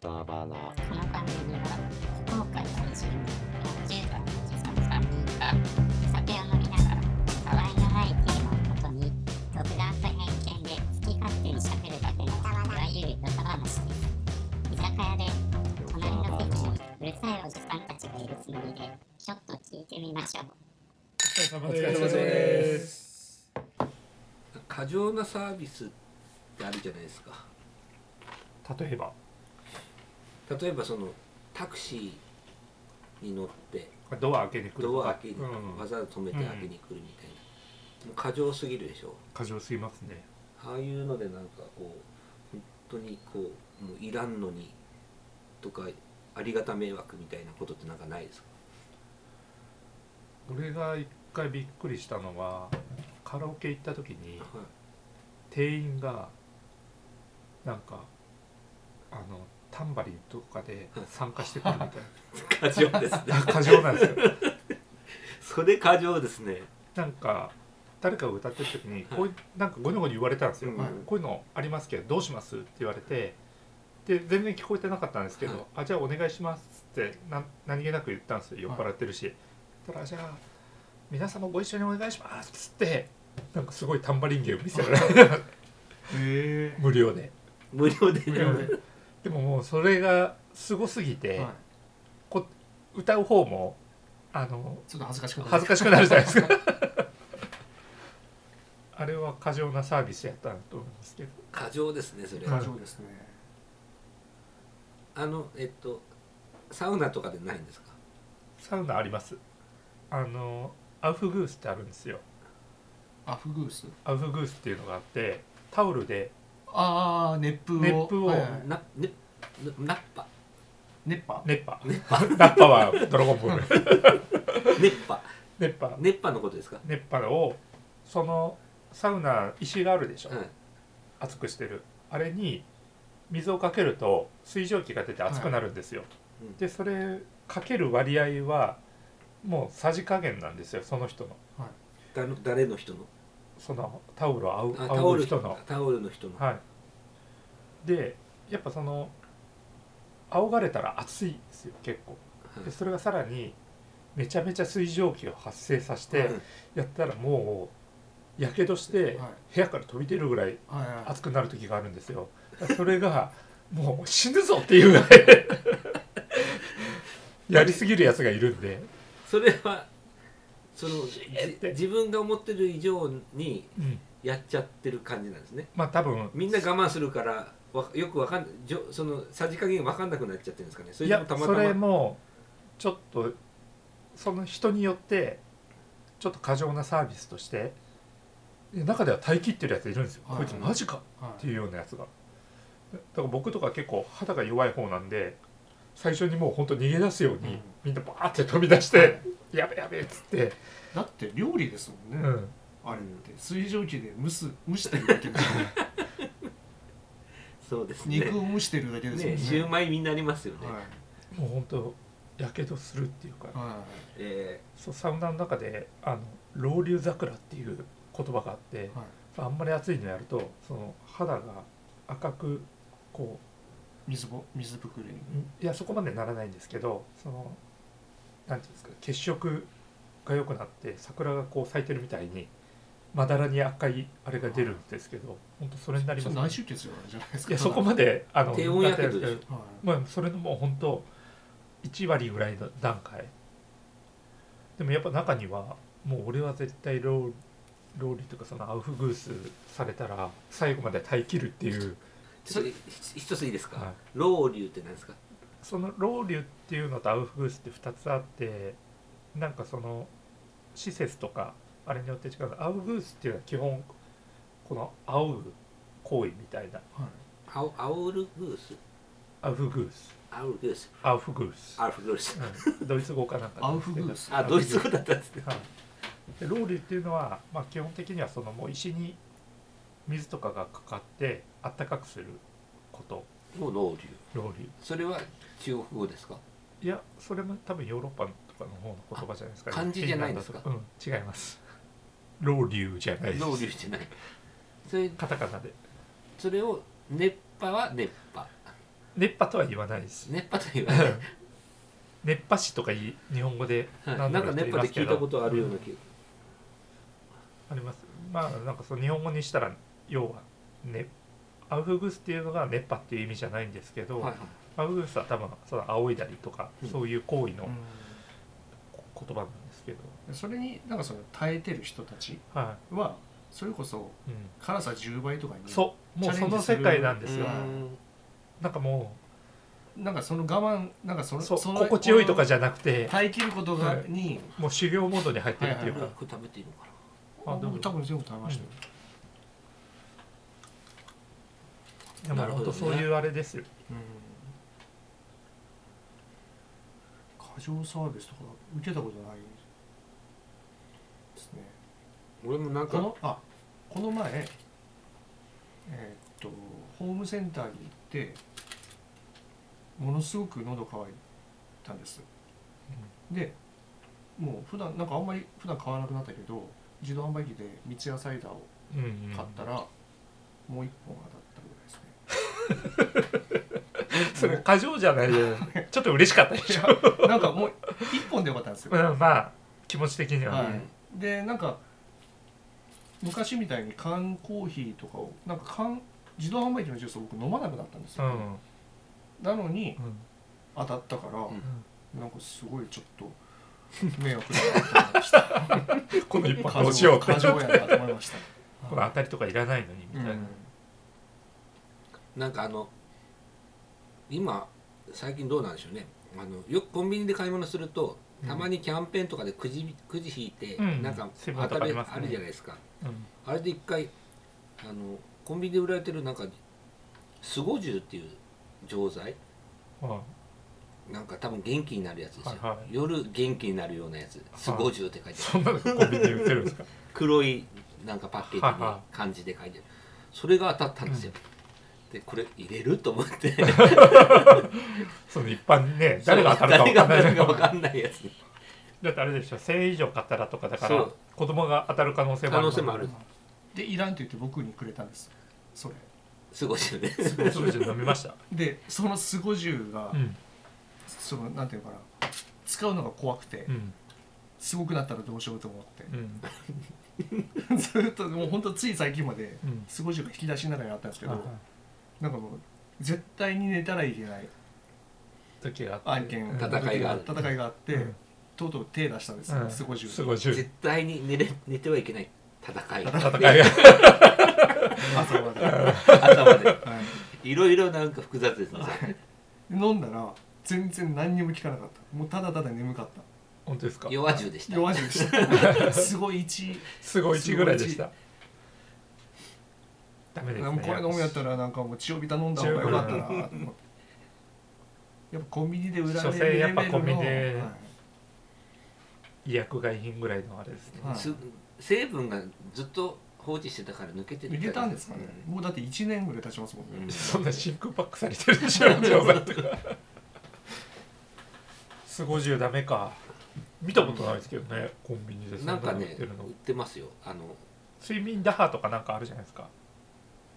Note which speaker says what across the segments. Speaker 1: ターバーナー
Speaker 2: このためには福岡在住の40代のおじさん3人が酒を飲みながらたわいのないテーマをもとに独断と偏見で好き勝手にしゃべるだけのいわゆるた話です居酒屋で隣の席にうるさいおじさんたちがいるつもりでちょっと聞いてみましょう
Speaker 3: お
Speaker 4: お疲れ様です。過剰なサービスってあるじゃないですか。
Speaker 3: 例えば
Speaker 4: 例えばそのタクシーに乗って
Speaker 3: ドア開けに来ると
Speaker 4: ド
Speaker 3: か
Speaker 4: ア開けに、
Speaker 3: うん
Speaker 4: わざわざ止めて開けに来るみたいな、もう過剰すぎるでしょ。
Speaker 3: 過剰すぎますね
Speaker 4: ああいうのでなんかこう本当にこうもういらんのにとかありがた迷惑みたいなことってなんかないですか。
Speaker 3: 俺が一回びっくりしたのはカラオケ行った時に
Speaker 4: はい
Speaker 3: 店員がなんかあのタンバリンとかで参加してくるみたい
Speaker 4: 過剰ですね。
Speaker 3: な過剰なんですよ
Speaker 4: それ過剰ですね。
Speaker 3: なんか誰かが歌ってる時にこういなんかゴニョゴニョ言われたんですよ、
Speaker 4: はい
Speaker 3: こういうのありますけどどうしますって言われてで全然聞こえてなかったんですけど、
Speaker 4: はい
Speaker 3: あじゃあお願いしますってな何気なく言ったんですよ酔っ払ってるし、そしたらじゃあ皆様ご一緒にお願いしますっつってなんかすごいタンバリン芸を見せられた
Speaker 5: へ
Speaker 3: 無料で
Speaker 4: 無料で、ね、
Speaker 3: でももうそれがすごすぎて、
Speaker 5: はい
Speaker 3: こ歌う方もあの
Speaker 5: ちょっと恥ずかしくな
Speaker 3: 恥ずかしくなるじゃないですか あれは過剰なサービスやったなと思いますけど
Speaker 4: 過剰ですねそれ。
Speaker 3: はい
Speaker 5: 過剰ですね
Speaker 4: あのえっとサウナとかでないんですか
Speaker 3: サウナありますあのアウフグースってあるんですよ
Speaker 5: アフグース
Speaker 3: アウフグースっていうのがあってタオルで
Speaker 5: ああ熱風を
Speaker 3: 熱風を
Speaker 5: はいはい
Speaker 4: なねなナッパ
Speaker 5: 熱波
Speaker 3: 熱波ラッパはドラゴンボール
Speaker 4: 熱波
Speaker 3: 熱波
Speaker 4: 熱波のことですか、
Speaker 3: 熱波をそのサウナ石があるでしょ、
Speaker 4: うん、
Speaker 3: 熱くしてるあれに水をかけると水蒸気が出て熱くなるんですよ、
Speaker 4: いうん
Speaker 3: でそれかける割合はもうさじ加減なんですよその人の
Speaker 4: だの誰の人の
Speaker 3: そのタオルをあう
Speaker 4: あタ
Speaker 3: あお
Speaker 4: オ
Speaker 3: う
Speaker 4: ル
Speaker 3: 人の
Speaker 4: タオルの人の、
Speaker 3: はいでやっぱその仰がれたら暑いんですよ結構
Speaker 4: うん
Speaker 3: でそれがさらにめちゃめちゃ水蒸気を発生させて
Speaker 4: うん
Speaker 3: やったらもうやけどして
Speaker 5: はい
Speaker 3: 部屋から飛び出るぐらい
Speaker 5: はいはい
Speaker 3: 暑くなる時があるんですよだからそれがもう死ぬぞっていうぐ らいやりすぎるやつがいるんで、
Speaker 4: それはそのじ
Speaker 3: って
Speaker 4: 自分が思ってる以上に
Speaker 3: うん、
Speaker 4: やっちゃってる感じなんですね
Speaker 3: まあ多分
Speaker 4: みんな我慢するからわよくわかんじょそのさじ加減わかんなくなっちゃってるんですかねそれ
Speaker 3: い
Speaker 4: とも
Speaker 3: や
Speaker 4: たまた
Speaker 3: そ
Speaker 4: ま
Speaker 3: れもちょっとその人によってちょっと過剰なサービスとして中では耐え切ってるやついるんですよ、
Speaker 5: はい
Speaker 3: こいつマジか
Speaker 5: は
Speaker 3: って
Speaker 5: い
Speaker 3: いうようなやつがだから僕とか結構肌が弱い方なんで最初にもうほんと逃げ出すように、
Speaker 5: うん
Speaker 3: みんなバーって飛び出して、
Speaker 5: はい
Speaker 3: やべやべっつって、
Speaker 5: だって料理ですも
Speaker 3: うん
Speaker 5: ね
Speaker 3: ん、
Speaker 5: あれって水蒸気で蒸す蒸してるだけでし ょ
Speaker 4: そうですね
Speaker 5: 肉を蒸してるだけですもん
Speaker 4: ね
Speaker 5: ね
Speaker 4: シューマイみんなありますよね、
Speaker 5: はい
Speaker 3: もうほんとやけどするっていうか、
Speaker 5: は
Speaker 4: え
Speaker 3: そうサウナの中であの老流桜っていう言葉があって、
Speaker 5: いはい
Speaker 3: あんまり暑いのやるとその肌が赤くこ
Speaker 5: 水ぼ水ぶくれに
Speaker 3: ううんいやそこまでならないんですけどそのなんていうんですか血色が良くなって桜がこう咲いてるみたいにまだらに赤いあれが出るんですけど本当それになり
Speaker 5: そ
Speaker 3: ま
Speaker 5: れ
Speaker 3: す、
Speaker 5: 内出血じゃないです
Speaker 3: い
Speaker 5: か
Speaker 3: やそこ
Speaker 5: ま
Speaker 3: まであ
Speaker 4: ー
Speaker 3: の
Speaker 4: 低温やけど
Speaker 3: なっ
Speaker 4: でしょ
Speaker 3: てないですけどまあ、それのもう本当1割ぐらいの段階でもやっぱ中にはもう俺は絶対ローローリーとかそのアウフグースされたら最後まで耐え切るっていう
Speaker 4: ちょっとひ一ついいですか、
Speaker 3: はい
Speaker 4: ロウリュウって何ですか
Speaker 3: そのロウリュっていうのとアウフグースって2つあってなんかその施設とかあれによって違うのアウフグースっていうのは基本この仰ぐ行為みたいな
Speaker 4: アオアオルグース
Speaker 3: アウフグース
Speaker 4: アオルグース
Speaker 3: アウフグース、
Speaker 4: アルフグース
Speaker 3: うんドイツ語かなんか
Speaker 5: アウフグース
Speaker 4: あドイツ語だったんですね
Speaker 3: はいでロウリュっていうのは、まあ、基本的にはそのもう石に水とかがかかってあったかくすること
Speaker 4: もうロウリュウ
Speaker 3: ロウリュ
Speaker 4: それは中国語ですか
Speaker 3: いやそれも多分ヨーロッパとかの方の言葉じゃないですか、
Speaker 4: あ漢字じゃないんですか
Speaker 3: フィンランドとうん違います老流じゃないです
Speaker 4: ロウリュウじゃないそれ
Speaker 3: カタカナで
Speaker 4: それを熱波は熱波
Speaker 3: 熱波とは言わない です
Speaker 4: 熱波とは言わない
Speaker 3: 熱波師とかい日本語で
Speaker 4: はい、なんか熱波で聞いたことあるような気が、
Speaker 3: ありますまあなんかその日本語にしたら要はねアウフグースっていうのが熱波っていう意味じゃないんですけど、
Speaker 4: はいはい
Speaker 3: アウフグースは多分その仰いだりとか、
Speaker 4: うん
Speaker 3: そういう行為
Speaker 5: う
Speaker 3: の
Speaker 5: ん
Speaker 3: 言葉なんですけど、
Speaker 5: それになんかその耐えてる人たち
Speaker 3: は
Speaker 5: はそれこそ
Speaker 3: い、うん、
Speaker 5: 辛さ10倍とかに
Speaker 3: そうもうその世界なんですよ
Speaker 5: チャレンジ
Speaker 3: なんかも
Speaker 5: なんかその我慢なんかそうの
Speaker 3: そう
Speaker 5: その
Speaker 3: 心地よいとかじゃなくて
Speaker 5: 耐え切ることが
Speaker 3: はい
Speaker 5: に、
Speaker 3: もう修行モードに入ってるっていう
Speaker 4: こ
Speaker 3: か、
Speaker 4: れこれ食べていいのか
Speaker 3: あでも
Speaker 5: 僕多分全部食べまし
Speaker 3: でも
Speaker 5: たよ、
Speaker 4: なるほ
Speaker 3: 本
Speaker 4: ど
Speaker 3: 当そ
Speaker 4: ね
Speaker 3: ういうあれですよ、
Speaker 5: 過剰サービスとか受けたことないですね
Speaker 4: な俺もなん
Speaker 5: こ
Speaker 4: か
Speaker 5: のあこの前えーっとホームセンターに行ってものすごく喉乾いたんです、でもう普段なんかあんまり普段買わなくなったけど自動販売機で三ツ矢サイダーを
Speaker 3: うん
Speaker 5: 買ったら、もう一本当たったぐらいですね
Speaker 3: それ過剰じゃないよちょっと嬉しかったで しょ、
Speaker 5: いやなんかもう1本でよかったんですよ、
Speaker 3: うん、まあ気持ち的には、
Speaker 5: は
Speaker 4: う
Speaker 5: い、でなんか昔みたいに缶コーヒーとかをなんか缶自動販売機のジュースを僕飲まなくなったんです
Speaker 3: う
Speaker 5: よ、
Speaker 3: ん、
Speaker 5: なのに
Speaker 3: うん
Speaker 5: 当たったから、
Speaker 3: う
Speaker 5: なんかすごいちょっと迷惑だなと思いました
Speaker 3: こ の一本ど
Speaker 5: 過
Speaker 3: うしよ
Speaker 5: 剰
Speaker 3: うって
Speaker 5: 過剰やなと思い ました、
Speaker 3: この当たりとかいらないのにみ
Speaker 5: う
Speaker 3: たいな、
Speaker 5: ん、
Speaker 4: なんかあの今最近どうなんでしょうねあのよくコンビニで買い物すると
Speaker 3: うん
Speaker 4: たまにキャンペーンとかでくじくじ引いて、
Speaker 3: うん
Speaker 4: なんか
Speaker 3: セブン
Speaker 4: 当
Speaker 3: とか
Speaker 4: た
Speaker 3: あ
Speaker 4: り
Speaker 3: りますね
Speaker 4: あるじゃないですか
Speaker 3: うん
Speaker 4: あれで一回あのコンビニで売られてるなんかスゴジュっていう錠剤
Speaker 3: はい
Speaker 4: なんか多分元気になるやつですよ、
Speaker 3: はいはい
Speaker 4: 夜元気になるようなやつスゴジュって書いてある
Speaker 3: そんなのコンビニで売ってるんですか
Speaker 4: 黒いなんかパッケージ
Speaker 3: はい
Speaker 4: に
Speaker 3: は
Speaker 4: 漢字で書いてあるそれが当たったんですよ、でこれ入れると思って
Speaker 3: その一般にね誰が当たるか分かんない
Speaker 4: 誰が当たるか分かんないやつ
Speaker 3: だってあれでしょ1000円以上買ったらとかだか
Speaker 4: そ
Speaker 3: ら
Speaker 4: う
Speaker 3: 子供が当たる可能性もあ
Speaker 4: 可
Speaker 3: る
Speaker 4: 能性も ある
Speaker 5: でいらんって言って僕にくれたんですそれ
Speaker 4: すごいよね
Speaker 3: それじゃ飲みました、
Speaker 5: でそのスゴジュが、
Speaker 3: うん
Speaker 5: そのなんていうのかな使うのが怖くて、
Speaker 3: うん
Speaker 5: すごくなったらどうしようと 思って
Speaker 3: うん
Speaker 5: ずっともうほんとつい最近まで
Speaker 3: うん
Speaker 5: スゴジュが引き出しの中にあったんですけど、
Speaker 3: はいはい
Speaker 5: なんかもう絶対に寝たらいけない
Speaker 3: 時があっ
Speaker 5: 案
Speaker 3: て
Speaker 5: 件
Speaker 3: うん
Speaker 4: 戦いがある
Speaker 5: 戦いがあって、
Speaker 3: うん
Speaker 5: とうとう手出したんですよ、
Speaker 3: うん
Speaker 5: スゴジュ
Speaker 3: すごい
Speaker 4: 絶
Speaker 3: 10
Speaker 4: 対に寝れ寝てはいけない戦い
Speaker 3: 戦いが
Speaker 5: 朝まで、 は
Speaker 4: 頭で
Speaker 5: い、
Speaker 4: いろいろなんか複雑ですね
Speaker 5: 飲んだら全然何にも効かなかったもうただただ眠かっ
Speaker 3: 本当ですか
Speaker 4: 弱重でした
Speaker 5: た弱汁で したすごい1
Speaker 3: すごい1ぐらいでしたダメですね
Speaker 5: これ飲むやったらなんかもう血をびた飲んだ方がよかったなと思ってやっぱコンビニで売ら
Speaker 3: 所
Speaker 5: れる
Speaker 3: 詮や
Speaker 5: レ
Speaker 3: っ
Speaker 5: ベ
Speaker 3: ぱ
Speaker 5: ル
Speaker 3: コ
Speaker 5: の
Speaker 3: ンビニで
Speaker 5: はい
Speaker 3: 医薬外品ぐらいのあれですね、
Speaker 5: はい
Speaker 4: す成分がずっと放置してたから抜けて
Speaker 5: 抜けたんですかね、もうだって1年ぐらい経ちますもんね、
Speaker 4: うん
Speaker 3: そんな真空パックされてるでしょ錠剤とかすごい10ダメか見たことないですけどね、コンビニでそ
Speaker 4: なんか
Speaker 3: の売っ
Speaker 4: ね
Speaker 3: てるの
Speaker 4: 売ってますよあの
Speaker 3: 睡眠打破とかなんかあるじゃないですか,、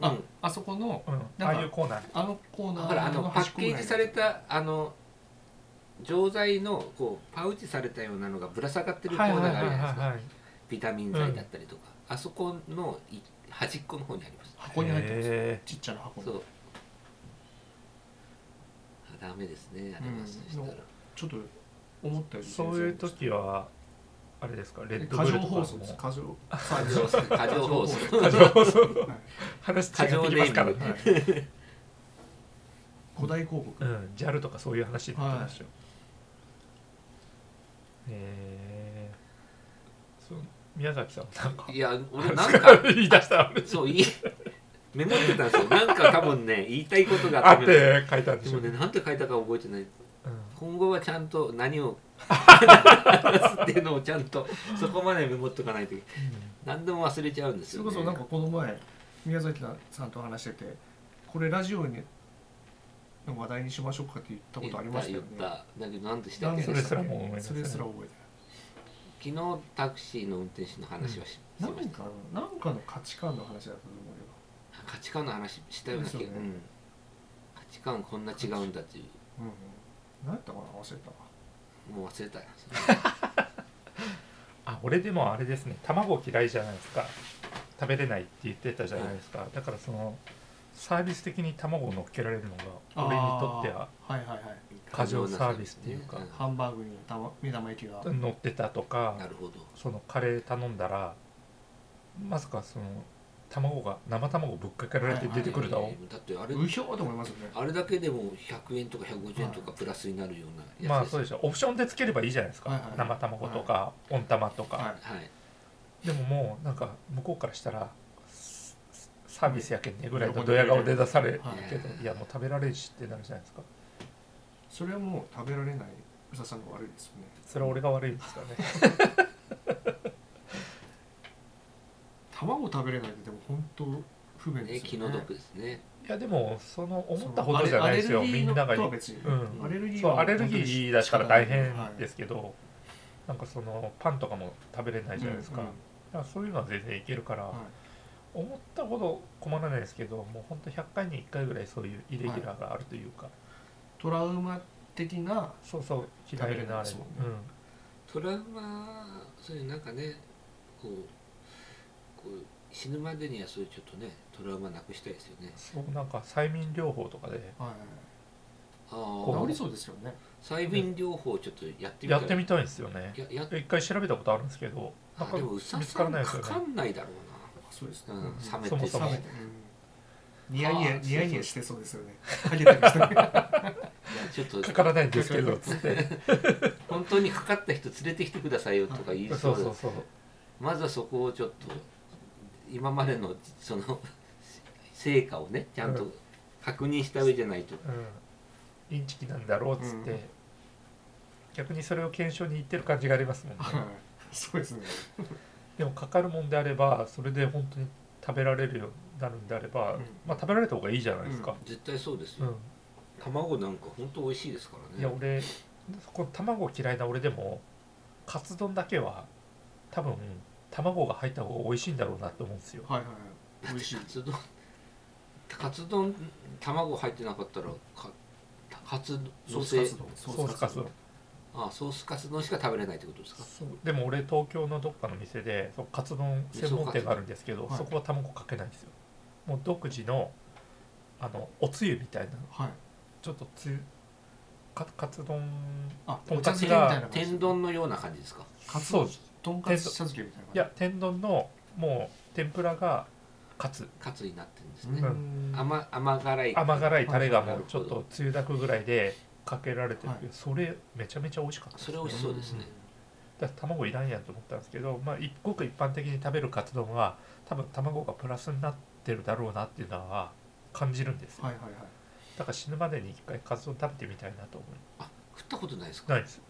Speaker 5: あ
Speaker 4: うん
Speaker 5: あそこの
Speaker 3: うん、
Speaker 5: か
Speaker 3: ああいうコーナー
Speaker 5: あのコーナ
Speaker 4: だからあ
Speaker 5: ー
Speaker 4: のパ
Speaker 5: 端っ
Speaker 4: ッ
Speaker 5: こ
Speaker 4: ケ
Speaker 5: ぐらい
Speaker 4: ージされたあの錠剤のこうパウチされたようなのがぶら下がってるコーナーがあるじゃないですか
Speaker 3: い
Speaker 4: ビタミン剤だったりとか、あそこのい端っこの方にあります
Speaker 5: 箱に入ってます
Speaker 3: へ
Speaker 5: ちっちゃな箱に
Speaker 4: そうあダメですねあります、
Speaker 5: うん
Speaker 4: そしたら
Speaker 5: ちょっと思ったよ
Speaker 3: ー
Speaker 5: り
Speaker 3: そういう時はあれですかレ
Speaker 5: 全
Speaker 3: ッ
Speaker 5: 然
Speaker 3: ドブ
Speaker 5: 過
Speaker 3: ルとか
Speaker 5: 剰放送です
Speaker 3: も
Speaker 5: 過剰
Speaker 4: 過剰過剰放送
Speaker 3: 過剰放送
Speaker 5: はい
Speaker 3: 話違ってきますからね、
Speaker 5: はい古代広告
Speaker 3: うん、JAL とかそういう話になってましたよ、えーそう宮崎さんなんか
Speaker 4: いや俺なんか
Speaker 3: 言い出したあれ
Speaker 4: そういいメモってたんですよなんか多分ね言いたいことが
Speaker 3: あ
Speaker 4: あっ
Speaker 3: ってて書いたんで
Speaker 4: で
Speaker 3: しょ
Speaker 4: もねなんて書いたか覚えてない
Speaker 3: うん
Speaker 4: 今後はちゃんと何 を話すっていうのをちゃんとそこまでメモっとかないと何でも忘れちゃうんです
Speaker 5: それ
Speaker 4: よ、
Speaker 5: こ
Speaker 4: ね、
Speaker 5: そなんかこの前宮崎さんと話しててこれラジオにの話題にしましょうかって言ったことありましたよね
Speaker 4: 言った言っただけど何でしたっけ
Speaker 5: なん
Speaker 3: そ
Speaker 5: で
Speaker 3: れ
Speaker 5: し
Speaker 3: す
Speaker 5: た
Speaker 3: ら
Speaker 5: っ
Speaker 3: もう思い
Speaker 5: け
Speaker 3: 出せ
Speaker 5: そ
Speaker 3: ない
Speaker 5: れすら覚えて
Speaker 4: 昨日タクシーの運転手の話はし,、
Speaker 5: ない
Speaker 4: しま
Speaker 5: 何
Speaker 4: し
Speaker 5: かのなんかの価値観の話だったと思うよ
Speaker 4: た価値観の話したような気が、
Speaker 5: ですよね
Speaker 4: うん、価価値観こんな違うんだってい
Speaker 5: うんうん、何やったかな忘れた
Speaker 4: うもう忘れたよ
Speaker 3: あ俺でもあれですね卵嫌いじゃないですか食べれないって言ってたじゃないですか、だからそのサービス的に卵を乗っけられるのが俺にとっては
Speaker 5: あーはいはいはい
Speaker 3: 過剰サービスっていうか
Speaker 5: ハンバーグにたま目玉焼きが
Speaker 3: 乗ってたとか
Speaker 4: なるほど
Speaker 3: そのカレー頼んだらまさかその卵が生卵ぶっかけられて出てくるだろう、
Speaker 4: だってあれ
Speaker 5: うひょーと思いますよね
Speaker 4: あれだけでも100円とか150円とかプラスになるような
Speaker 3: ま
Speaker 4: や
Speaker 3: あ
Speaker 4: つ
Speaker 3: そうでしょオプションでつければいいじゃないですか、
Speaker 5: はいはい
Speaker 3: 生卵とか温玉とか、
Speaker 5: は
Speaker 4: はい
Speaker 3: でももうなんか向こうからしたらススサービスやけんねぐらいの
Speaker 5: 喜ん
Speaker 3: ドヤ
Speaker 5: でくれる
Speaker 3: 顔で出される
Speaker 5: はい
Speaker 3: けど、い、やもう食べられるしってなるじゃないですか
Speaker 5: いそれはもう食べられないうささんが悪いですよね
Speaker 3: それは俺が悪いんですかね
Speaker 5: 卵食べれないってでも本当不便で
Speaker 4: ね
Speaker 5: す
Speaker 4: 気
Speaker 5: よね
Speaker 4: の毒ですね
Speaker 3: いやでもその思ったほどじゃないですよみんなが
Speaker 5: アレルギーのとは
Speaker 3: う
Speaker 5: 別に、
Speaker 3: ん
Speaker 5: アレルギー
Speaker 3: そう
Speaker 5: は
Speaker 3: アレルギーだから大変ですすけど、なんかそのパンとかも食べれないじゃないですか,、だからそういうのは全然いけるから、思ったほど困らないですけどもうほんと100回に1回ぐらいそういうイレギュラーがあるというか、
Speaker 5: トラウマ的な
Speaker 3: そうそう嫌いなあれ
Speaker 5: 食べれないですもんね
Speaker 3: うん
Speaker 4: トラウマそういうなんかねこうこう死ぬまでにはそういうちょっとねトラウマなくしたいですよね
Speaker 3: そうなんか催眠療法とかで
Speaker 5: はい
Speaker 4: あ
Speaker 3: こ
Speaker 5: 治
Speaker 4: あ
Speaker 5: りそうですよね
Speaker 4: 催眠療法ちょっとやってみた
Speaker 3: や
Speaker 4: い
Speaker 3: ってみたいんですよね
Speaker 4: やや
Speaker 3: 一回調べたことあるんですけどな
Speaker 4: あ
Speaker 3: んか
Speaker 4: でもうさ
Speaker 3: 見つか
Speaker 4: さ
Speaker 3: ら
Speaker 4: ん
Speaker 3: ない
Speaker 4: か
Speaker 3: ですよ
Speaker 4: か
Speaker 3: ね
Speaker 4: んないだろ
Speaker 5: そうです
Speaker 4: う
Speaker 5: ね、
Speaker 4: な、うん、冷めて
Speaker 3: そもそも
Speaker 5: 冷め
Speaker 4: い
Speaker 5: て、うん、ニヤニ
Speaker 4: あ
Speaker 5: ヤ
Speaker 4: ー
Speaker 5: ニヤニヤしてそうですよねかけてる人
Speaker 4: やちょっと
Speaker 3: かからないんですけどつって
Speaker 4: 本当にかかった人連れてきてくださいよとか言い
Speaker 3: そ
Speaker 4: そうう
Speaker 3: そう
Speaker 4: だ
Speaker 3: そう
Speaker 4: まずはそこをちょっと今までのその 成果をねちゃん
Speaker 3: う
Speaker 4: と確認した上じゃないと、
Speaker 3: うんインチキなんだろうっつって、
Speaker 5: うん
Speaker 3: 逆にそれを検証に行ってる感じがありますもんね
Speaker 5: はいそうですね
Speaker 3: でもかかるもんであればそれで本当に食べられるようになるんであれば、
Speaker 5: うん
Speaker 3: まあ食べられた方がいいじゃないですか、
Speaker 4: 絶対そうです
Speaker 3: うん
Speaker 4: よ、卵なんか本当美味しいですからね
Speaker 3: いや俺そこ卵嫌いな俺でもカツ丼だけは多分卵が入った方が美味しいんだろうなと思うんですよ
Speaker 5: はいはいはい美味しい
Speaker 4: カツ丼カツ丼卵入ってなかったらかカツ
Speaker 5: ソ
Speaker 4: の
Speaker 5: ー
Speaker 4: せ
Speaker 5: スカツ丼
Speaker 3: ソースカツ丼
Speaker 4: あソースカツ丼しか食べれないってことですか
Speaker 3: そうでも俺東京のどっかの店でそうカツ丼専門店があるんですけど
Speaker 5: はい
Speaker 3: そこは卵かけないんですよもう独自のあのおつゆみたいな
Speaker 5: はい
Speaker 3: ちょっとつゆかカツ丼
Speaker 5: あ
Speaker 3: とんかつが
Speaker 5: お茶漬けみたいな感じ
Speaker 4: 天丼のような感じですか
Speaker 5: カツ
Speaker 3: そうい
Speaker 5: とんかつ茶漬けみたいな感じ
Speaker 3: や天丼のもう天ぷらがカツ
Speaker 4: カツになってるんです
Speaker 5: う
Speaker 4: ね、
Speaker 5: ん
Speaker 4: 甘甘辛い
Speaker 3: 甘辛いタレがも
Speaker 4: な
Speaker 3: う
Speaker 4: る
Speaker 3: ちょ
Speaker 4: ほ
Speaker 3: っと
Speaker 4: ど
Speaker 3: つゆだくぐらいでかけられてるけど、
Speaker 5: は
Speaker 3: それめちゃめちゃ美味しかったです
Speaker 4: それ美味しそうですね
Speaker 3: だから卵いらんやんと思ったんですけど、まあ、いごく一般的に食べるカツ丼は多分卵がプラスになってるだろうなっていうのは感じるんですよ、
Speaker 5: はいはいはい
Speaker 3: だから死ぬまでに一回カツ丼食べてみたいなと思い
Speaker 4: あ食ったことないですか
Speaker 3: ないです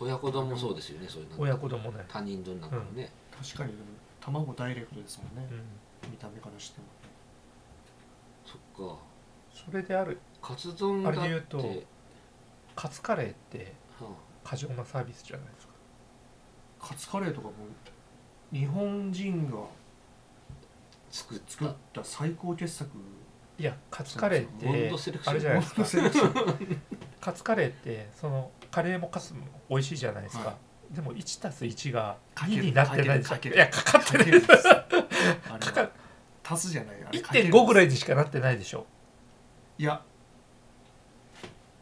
Speaker 4: 親子丼もそうですよねそういうの
Speaker 3: 親子丼もね、
Speaker 4: 他人丼なんかもね、
Speaker 5: 確かにでも卵ダイレクトですもんね
Speaker 3: うん、
Speaker 5: 見た目からしても
Speaker 4: そっ
Speaker 3: それである
Speaker 4: かカツ丼だって
Speaker 3: あれで言うとカツカレーって
Speaker 4: はあ
Speaker 3: 過剰なサービスじゃないですか
Speaker 5: カツカレーとかも日本人が
Speaker 4: 作った
Speaker 5: 作った最高傑 作
Speaker 3: いやカツカレーっ
Speaker 4: モンド
Speaker 3: て
Speaker 4: セレクシ
Speaker 3: あ
Speaker 4: ョン
Speaker 3: れじゃないですか
Speaker 5: セレクション
Speaker 3: カツカレーってそのカレーもカツも美味しいじゃないですか、
Speaker 5: は
Speaker 3: でも1たす1が
Speaker 5: かけ
Speaker 3: 2
Speaker 5: る
Speaker 3: になってないです
Speaker 5: かける
Speaker 3: いやかかって
Speaker 5: か
Speaker 3: な
Speaker 5: け
Speaker 3: い
Speaker 5: るんですあ
Speaker 3: か
Speaker 5: れ
Speaker 3: か
Speaker 5: は足すじゃないあれかけるんです
Speaker 3: 1.5ぐらいにしかなってないでしょ
Speaker 5: いや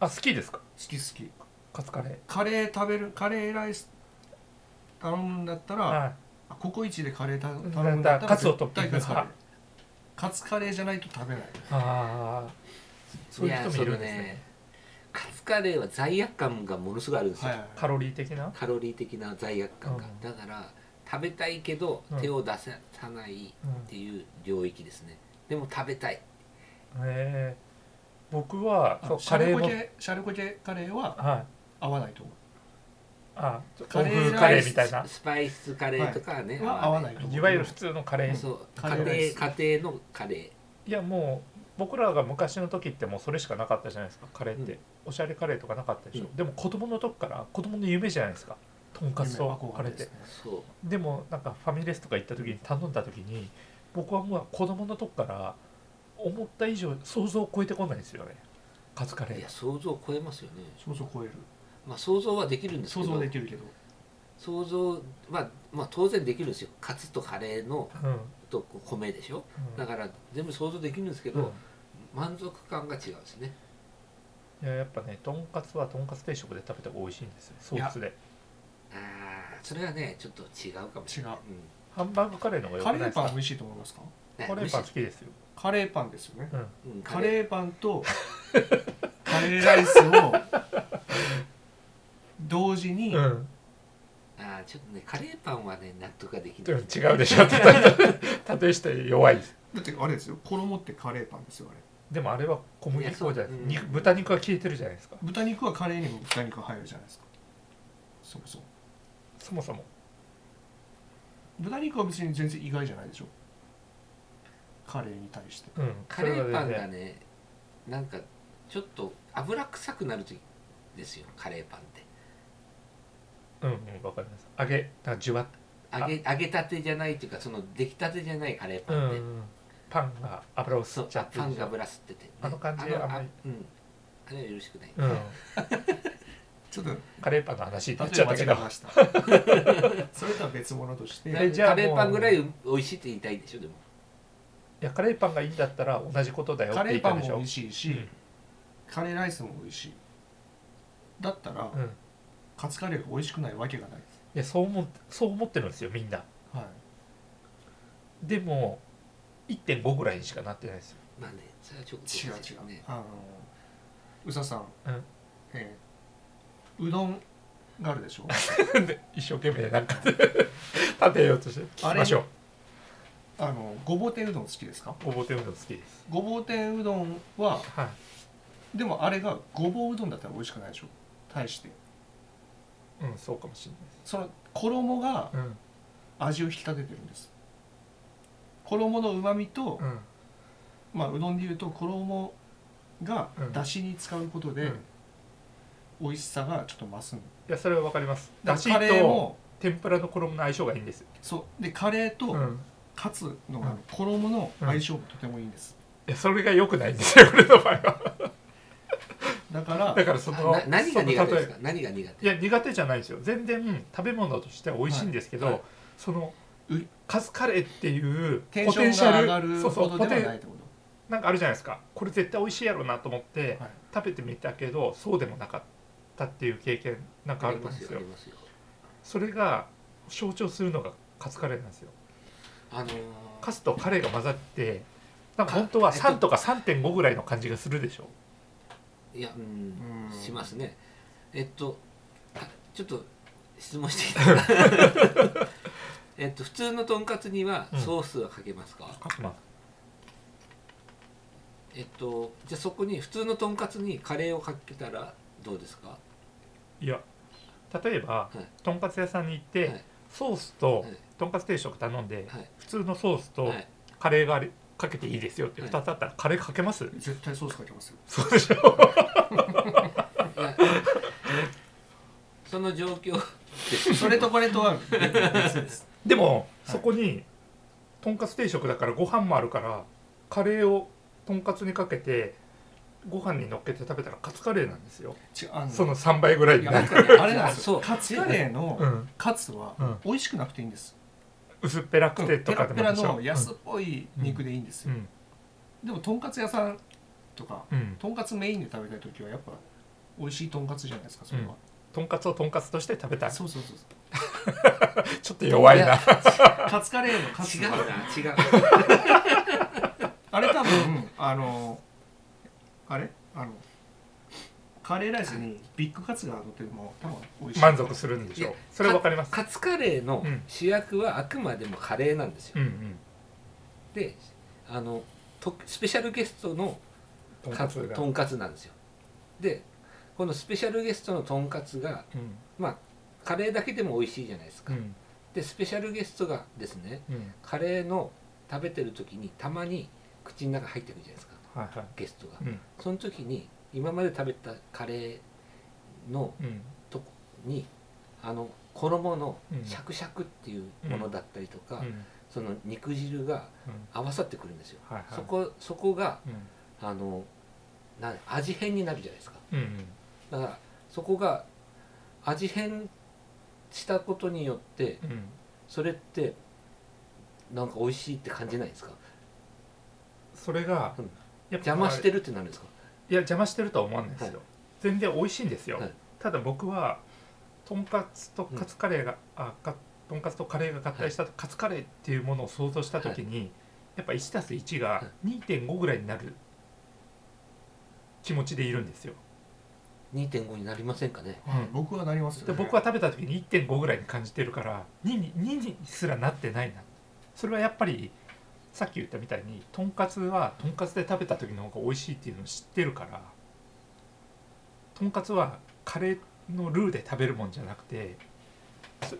Speaker 3: あ好きですか
Speaker 5: 好き好き
Speaker 3: カツカレー
Speaker 5: カレー食べるカレーライス頼むんだったら、
Speaker 3: は
Speaker 5: あココイチでカレーた頼むんだったら
Speaker 3: カツをトッピング
Speaker 5: 絶対カツカレ
Speaker 3: は
Speaker 5: ーカツカレーじゃないと食べ
Speaker 3: い
Speaker 5: ない
Speaker 3: ああそういう人もいるんですね
Speaker 4: やそのカツカレーは罪悪感がものすごいあるんですよ、
Speaker 5: はい
Speaker 3: カロリー的な
Speaker 4: カロリー的な罪悪感が、
Speaker 3: うん
Speaker 4: だから食べたいけど
Speaker 3: うん
Speaker 4: 手を出さない
Speaker 3: うん
Speaker 4: っていう領域ですねでも食べたい
Speaker 3: えー僕は
Speaker 5: あ
Speaker 3: そう
Speaker 5: シ
Speaker 3: カ
Speaker 5: ャ
Speaker 3: レ
Speaker 5: ル
Speaker 3: ー
Speaker 5: コ
Speaker 3: も
Speaker 5: 系シャルコ系カレーは
Speaker 3: はい
Speaker 5: 合わないと思
Speaker 3: あちょ
Speaker 5: カレー
Speaker 3: 欧風
Speaker 5: ライス
Speaker 3: カレーみたいな
Speaker 4: スパイスカレーとかはね、
Speaker 5: うは合わないいと思う
Speaker 3: いわゆる普通のカレー、
Speaker 4: そう
Speaker 5: カレ
Speaker 4: 家
Speaker 5: ーライス
Speaker 4: 庭家庭のカレ
Speaker 3: いやもう僕らが昔の時ってもうそれしかなかったじゃないですかカレーって、
Speaker 4: うん
Speaker 3: おしゃれカレーとかなかったでしょ、
Speaker 4: う
Speaker 3: でも子供の時から子供の夢じゃないですかとんかつとカレーって
Speaker 5: 夢
Speaker 4: ーそう
Speaker 3: でもなんかファミレスとか行った時に頼んだ時に僕はもう子供の時から思った以上想像を超えてこないんですよねカツカレ
Speaker 4: い
Speaker 3: ー
Speaker 4: や想像を超えますよね、
Speaker 5: 想像を超える
Speaker 4: まあ、想像はできるんです
Speaker 5: 想
Speaker 4: け
Speaker 5: 像は
Speaker 4: ど
Speaker 5: できるけど
Speaker 4: 想像は、まあ、当然できるんですよカツとカレーの
Speaker 3: うん、
Speaker 4: とこう米でしょ
Speaker 3: うん
Speaker 4: だから全部想像できるんですけど、満足感が違うんですね
Speaker 3: いややっぱねとんかつはとんかつ定食で食べた方が美味しいんですよソースで
Speaker 4: ああそれはねちょっと違うかもしれない
Speaker 5: 違う
Speaker 3: ハンバーグカレーの方が良く
Speaker 5: カ
Speaker 3: な
Speaker 5: レ
Speaker 3: いで
Speaker 5: ー
Speaker 3: すか
Speaker 5: パン美味しいと思いますか
Speaker 4: うんね
Speaker 3: カレ
Speaker 4: む
Speaker 3: ー
Speaker 4: し
Speaker 3: パン好きですよ、
Speaker 5: カレーパンですよね
Speaker 3: うん、
Speaker 4: うん
Speaker 5: カ
Speaker 4: カレー
Speaker 5: レーパン とカレーライスを同時に
Speaker 3: うん、
Speaker 4: ああちょっとねカレーパンはね納得ができ
Speaker 3: で
Speaker 4: な
Speaker 3: も
Speaker 4: い
Speaker 3: 違うでしょ例えして弱いです
Speaker 5: だってあれですよ衣ってカレーパンですよあれ
Speaker 3: でもあれは小麦粉じゃない
Speaker 4: いや
Speaker 3: 肉
Speaker 4: そううん
Speaker 3: 豚肉は消えてるじゃないですか
Speaker 5: 豚肉はカレーにも豚肉が入るじゃないですかそもそも
Speaker 3: そもそも
Speaker 5: 豚肉は別に全然意外じゃないでしょカレーに対して
Speaker 3: うん
Speaker 4: カレーパン
Speaker 3: それ
Speaker 4: が
Speaker 3: はね
Speaker 4: ねなんかちょっと油臭くなる時ですよカレーパンって
Speaker 3: うんうんわかります揚げなんかじゅわっ
Speaker 4: 揚げ揚げたてじゃないっていうかその出来たてじゃないカレー
Speaker 3: う
Speaker 4: パン
Speaker 3: ん
Speaker 4: で、
Speaker 3: うんパンが油を
Speaker 4: そ
Speaker 3: 吸
Speaker 4: う
Speaker 3: っちゃって
Speaker 4: パ
Speaker 3: る
Speaker 4: ン
Speaker 3: でし
Speaker 4: が
Speaker 3: ょ
Speaker 4: ぶらすってて、ね
Speaker 3: あの感じ
Speaker 4: の
Speaker 3: あんまり
Speaker 4: うんあれはよろしくない、
Speaker 3: うん
Speaker 5: ちょっと
Speaker 3: カレーパンの話になっち
Speaker 5: 例
Speaker 3: ゃ
Speaker 5: え
Speaker 3: った
Speaker 5: 間
Speaker 3: け
Speaker 5: 違え
Speaker 3: ど
Speaker 5: ました それとは別物として
Speaker 4: だ
Speaker 3: えじゃあ
Speaker 4: カレーパン
Speaker 3: もう
Speaker 4: ぐらい美味しいって言いたいんでしょでも
Speaker 3: いやカレーパンがいいんだったら同じことだよっ
Speaker 5: カ
Speaker 3: て
Speaker 5: レ
Speaker 3: 言っ
Speaker 5: ー
Speaker 3: た
Speaker 5: パン
Speaker 3: でし
Speaker 5: も
Speaker 3: ょ
Speaker 5: 美味しいし、カレーライスも美味しいだったら、
Speaker 3: うんうんい
Speaker 5: カツカレーが美味しくないわけがないです、
Speaker 3: やそう思ってそう思ってるんですよみんな
Speaker 5: はい、
Speaker 3: でも1.5ぐらいにしかなってないですよ
Speaker 4: まあねそれはちょっと
Speaker 5: 違う
Speaker 4: です
Speaker 5: 違
Speaker 4: よ
Speaker 5: う、
Speaker 4: ね
Speaker 5: あの宇佐さん、
Speaker 3: うん
Speaker 5: えーうどんがある でしょ
Speaker 3: で一生懸命なんか立てようとして聞きましょ
Speaker 5: あのごぼう天うどん好きですか
Speaker 3: うごぼう天うどん好きです
Speaker 5: ごぼう天うどんは
Speaker 3: はい
Speaker 5: でもあれがごぼううどんだったら美味しくないでしょ対して
Speaker 3: うんそうかもしれ
Speaker 5: その衣が
Speaker 3: ないです
Speaker 5: 味を引き立ててるんです衣のうまみと、
Speaker 3: うんうん
Speaker 5: まあ、うどんでいうと衣が
Speaker 3: うん
Speaker 5: だしに使うこと
Speaker 3: う
Speaker 5: で
Speaker 3: ん
Speaker 5: 美味しさがちょっと増すん
Speaker 3: いやそれはわかります
Speaker 5: だ
Speaker 3: だ
Speaker 5: し
Speaker 3: し
Speaker 5: カレー
Speaker 3: と
Speaker 5: も
Speaker 3: 天ぷらの衣の相性がいいんですよ、
Speaker 5: そうでカレーと
Speaker 3: うん、
Speaker 5: カツの
Speaker 3: う
Speaker 5: が
Speaker 3: ん
Speaker 5: 衣の相性もとてもいいんです
Speaker 3: いやそれが良くないんですよ 俺の場合は
Speaker 5: だから
Speaker 3: だからその
Speaker 4: あな何が苦手で
Speaker 3: その例
Speaker 4: すか何が苦
Speaker 3: えいや苦手じゃないですよ全然食べ物としては美味しいんですけど、
Speaker 5: はいはい
Speaker 3: その
Speaker 5: う
Speaker 3: カツカレーっていう
Speaker 5: テンションが上がる
Speaker 3: そうそ
Speaker 5: ほ
Speaker 3: う
Speaker 5: ど
Speaker 3: ポ
Speaker 5: ではない
Speaker 3: テ
Speaker 5: ってこと
Speaker 3: なんかあるじゃないですかこれ絶対美味しいやろうなと思って
Speaker 5: はい
Speaker 3: 食べてみたけどそうでもなかったっていう経験なん
Speaker 4: 手
Speaker 3: かあ
Speaker 4: あ
Speaker 3: る
Speaker 4: り
Speaker 3: んで
Speaker 4: ます
Speaker 3: す
Speaker 4: よあ
Speaker 3: よ
Speaker 4: りますよ
Speaker 3: それが象徴するのがカツカレーなんですよ
Speaker 4: あのー
Speaker 3: カツとカレーが混ざってなんか本当は
Speaker 4: かえっ
Speaker 3: 3
Speaker 4: と
Speaker 3: とか3.5ぐらいの感じがするでしょ
Speaker 4: いやうん
Speaker 5: うん
Speaker 4: しますねえっとあちょっと質問して いいですかえっと普通のとんかつには
Speaker 3: うん
Speaker 4: ソースはかけますか、
Speaker 3: まあ
Speaker 4: えっとじゃあそこに普通のとんかつにカレーをかけたらどうですか
Speaker 3: いや例えば、
Speaker 4: はい
Speaker 3: とんかつ屋さんに行って、
Speaker 4: はい
Speaker 3: ソースと
Speaker 4: はい
Speaker 3: とんかつ定食頼んで、
Speaker 4: はい
Speaker 3: 普通のソースと
Speaker 4: はい
Speaker 3: カレーがあれかけていいですよって
Speaker 4: は
Speaker 3: 2
Speaker 4: い
Speaker 3: つあったらカレーかけます、
Speaker 5: 絶対ソースかけますよ
Speaker 3: そうでし ょ
Speaker 4: いやその状況
Speaker 5: それとこれとは別です
Speaker 3: でもそこにとんかつ定食だからご飯もあるからカレーをとんかつにかけてご飯に乗っけて食べたらカツカレーなんですよ
Speaker 5: 違うあの
Speaker 3: その3倍ぐらい
Speaker 5: い
Speaker 3: に
Speaker 5: や
Speaker 3: なる、
Speaker 5: あれなんです
Speaker 4: そ
Speaker 5: よ
Speaker 4: う
Speaker 5: カツカレー
Speaker 3: う
Speaker 5: の
Speaker 3: ん、
Speaker 5: カツは
Speaker 3: うん
Speaker 5: 美味しくなくていいんです
Speaker 3: 薄っぺらく
Speaker 5: ペ
Speaker 3: てと
Speaker 5: ラ
Speaker 3: かで
Speaker 5: ペ
Speaker 3: も
Speaker 5: ラ
Speaker 3: でしょ
Speaker 5: の安っぽい肉でいいんです
Speaker 3: う
Speaker 5: よ
Speaker 3: ん
Speaker 5: でもとんかつ屋さんとか
Speaker 3: うんうん
Speaker 5: とんかつメインで食べたい時はやっぱ美味しいとんかつじゃないですかそれは、
Speaker 3: とんかつをとんかつとして食べたい
Speaker 5: そうそうそうそう
Speaker 3: ちょっと弱い
Speaker 4: い
Speaker 3: な
Speaker 4: や
Speaker 5: カツカレーのカツ
Speaker 4: 違うな違う
Speaker 5: あれ多分あのあれあのカレーライスにビッグカツが乗っても多分美味しい
Speaker 3: 満足するんでしょ
Speaker 4: いうや
Speaker 3: それはわかります
Speaker 4: カツカレーの
Speaker 3: うん
Speaker 4: 主役はあくまでもカレーなんですよ、
Speaker 3: うんうん
Speaker 4: であのとスペシャルゲストの
Speaker 3: とん
Speaker 4: か
Speaker 3: かつが
Speaker 4: とんかつなんですよでこのスペシャルゲストのとんかつが
Speaker 3: うん
Speaker 4: まあカレーだけでも美味しいじゃないです
Speaker 3: う
Speaker 4: か、
Speaker 3: ん
Speaker 4: でスペシャルゲストがですね
Speaker 3: うん
Speaker 4: カレーの食べてる時にたまに口の中入ってくるじゃないですか
Speaker 3: はいは
Speaker 4: ゲストが
Speaker 3: いうん
Speaker 4: その時に今まで食べたカレーの
Speaker 3: うん
Speaker 4: とこにあの衣の
Speaker 3: うん
Speaker 4: シャクシャクっていうものだったりとか、
Speaker 3: うん
Speaker 4: その肉汁が
Speaker 3: うん
Speaker 4: 合わさってくるんですよ、
Speaker 3: はいはい
Speaker 4: そこそこが
Speaker 3: うん
Speaker 4: あのなん味変になるじゃないですか
Speaker 3: うん
Speaker 4: だからそこが味変したことによって
Speaker 3: うん
Speaker 4: それってなんか美味しいって感じないですか
Speaker 3: それが、
Speaker 4: うん
Speaker 3: やっぱ
Speaker 4: 邪魔してるってなるんですか
Speaker 3: いや邪魔してるとは思わないですよ、
Speaker 4: はい
Speaker 3: 全然美味しいんですよ、
Speaker 4: はい
Speaker 3: ただ僕はとんかつとカツカレーが、あかとんかつとカレーが合体したと、カツカレーっていうものを想像した時に、やっぱ 1+1 が2.5ぐらいになる気持ちでいるんですよ、
Speaker 4: 2.5になりませんかね
Speaker 3: うん
Speaker 5: 僕はなりますよ、
Speaker 3: で
Speaker 5: ね、
Speaker 3: 僕は食べた時に1.5ぐらいに感じてるから2に ,2 にすらなってないなそれはやっぱりさっき言ったみたいにとんかつはとんかつで食べた時の方が美味しいっていうのを知ってるからとんかつはカレーのルーで食べるもんじゃなくてそ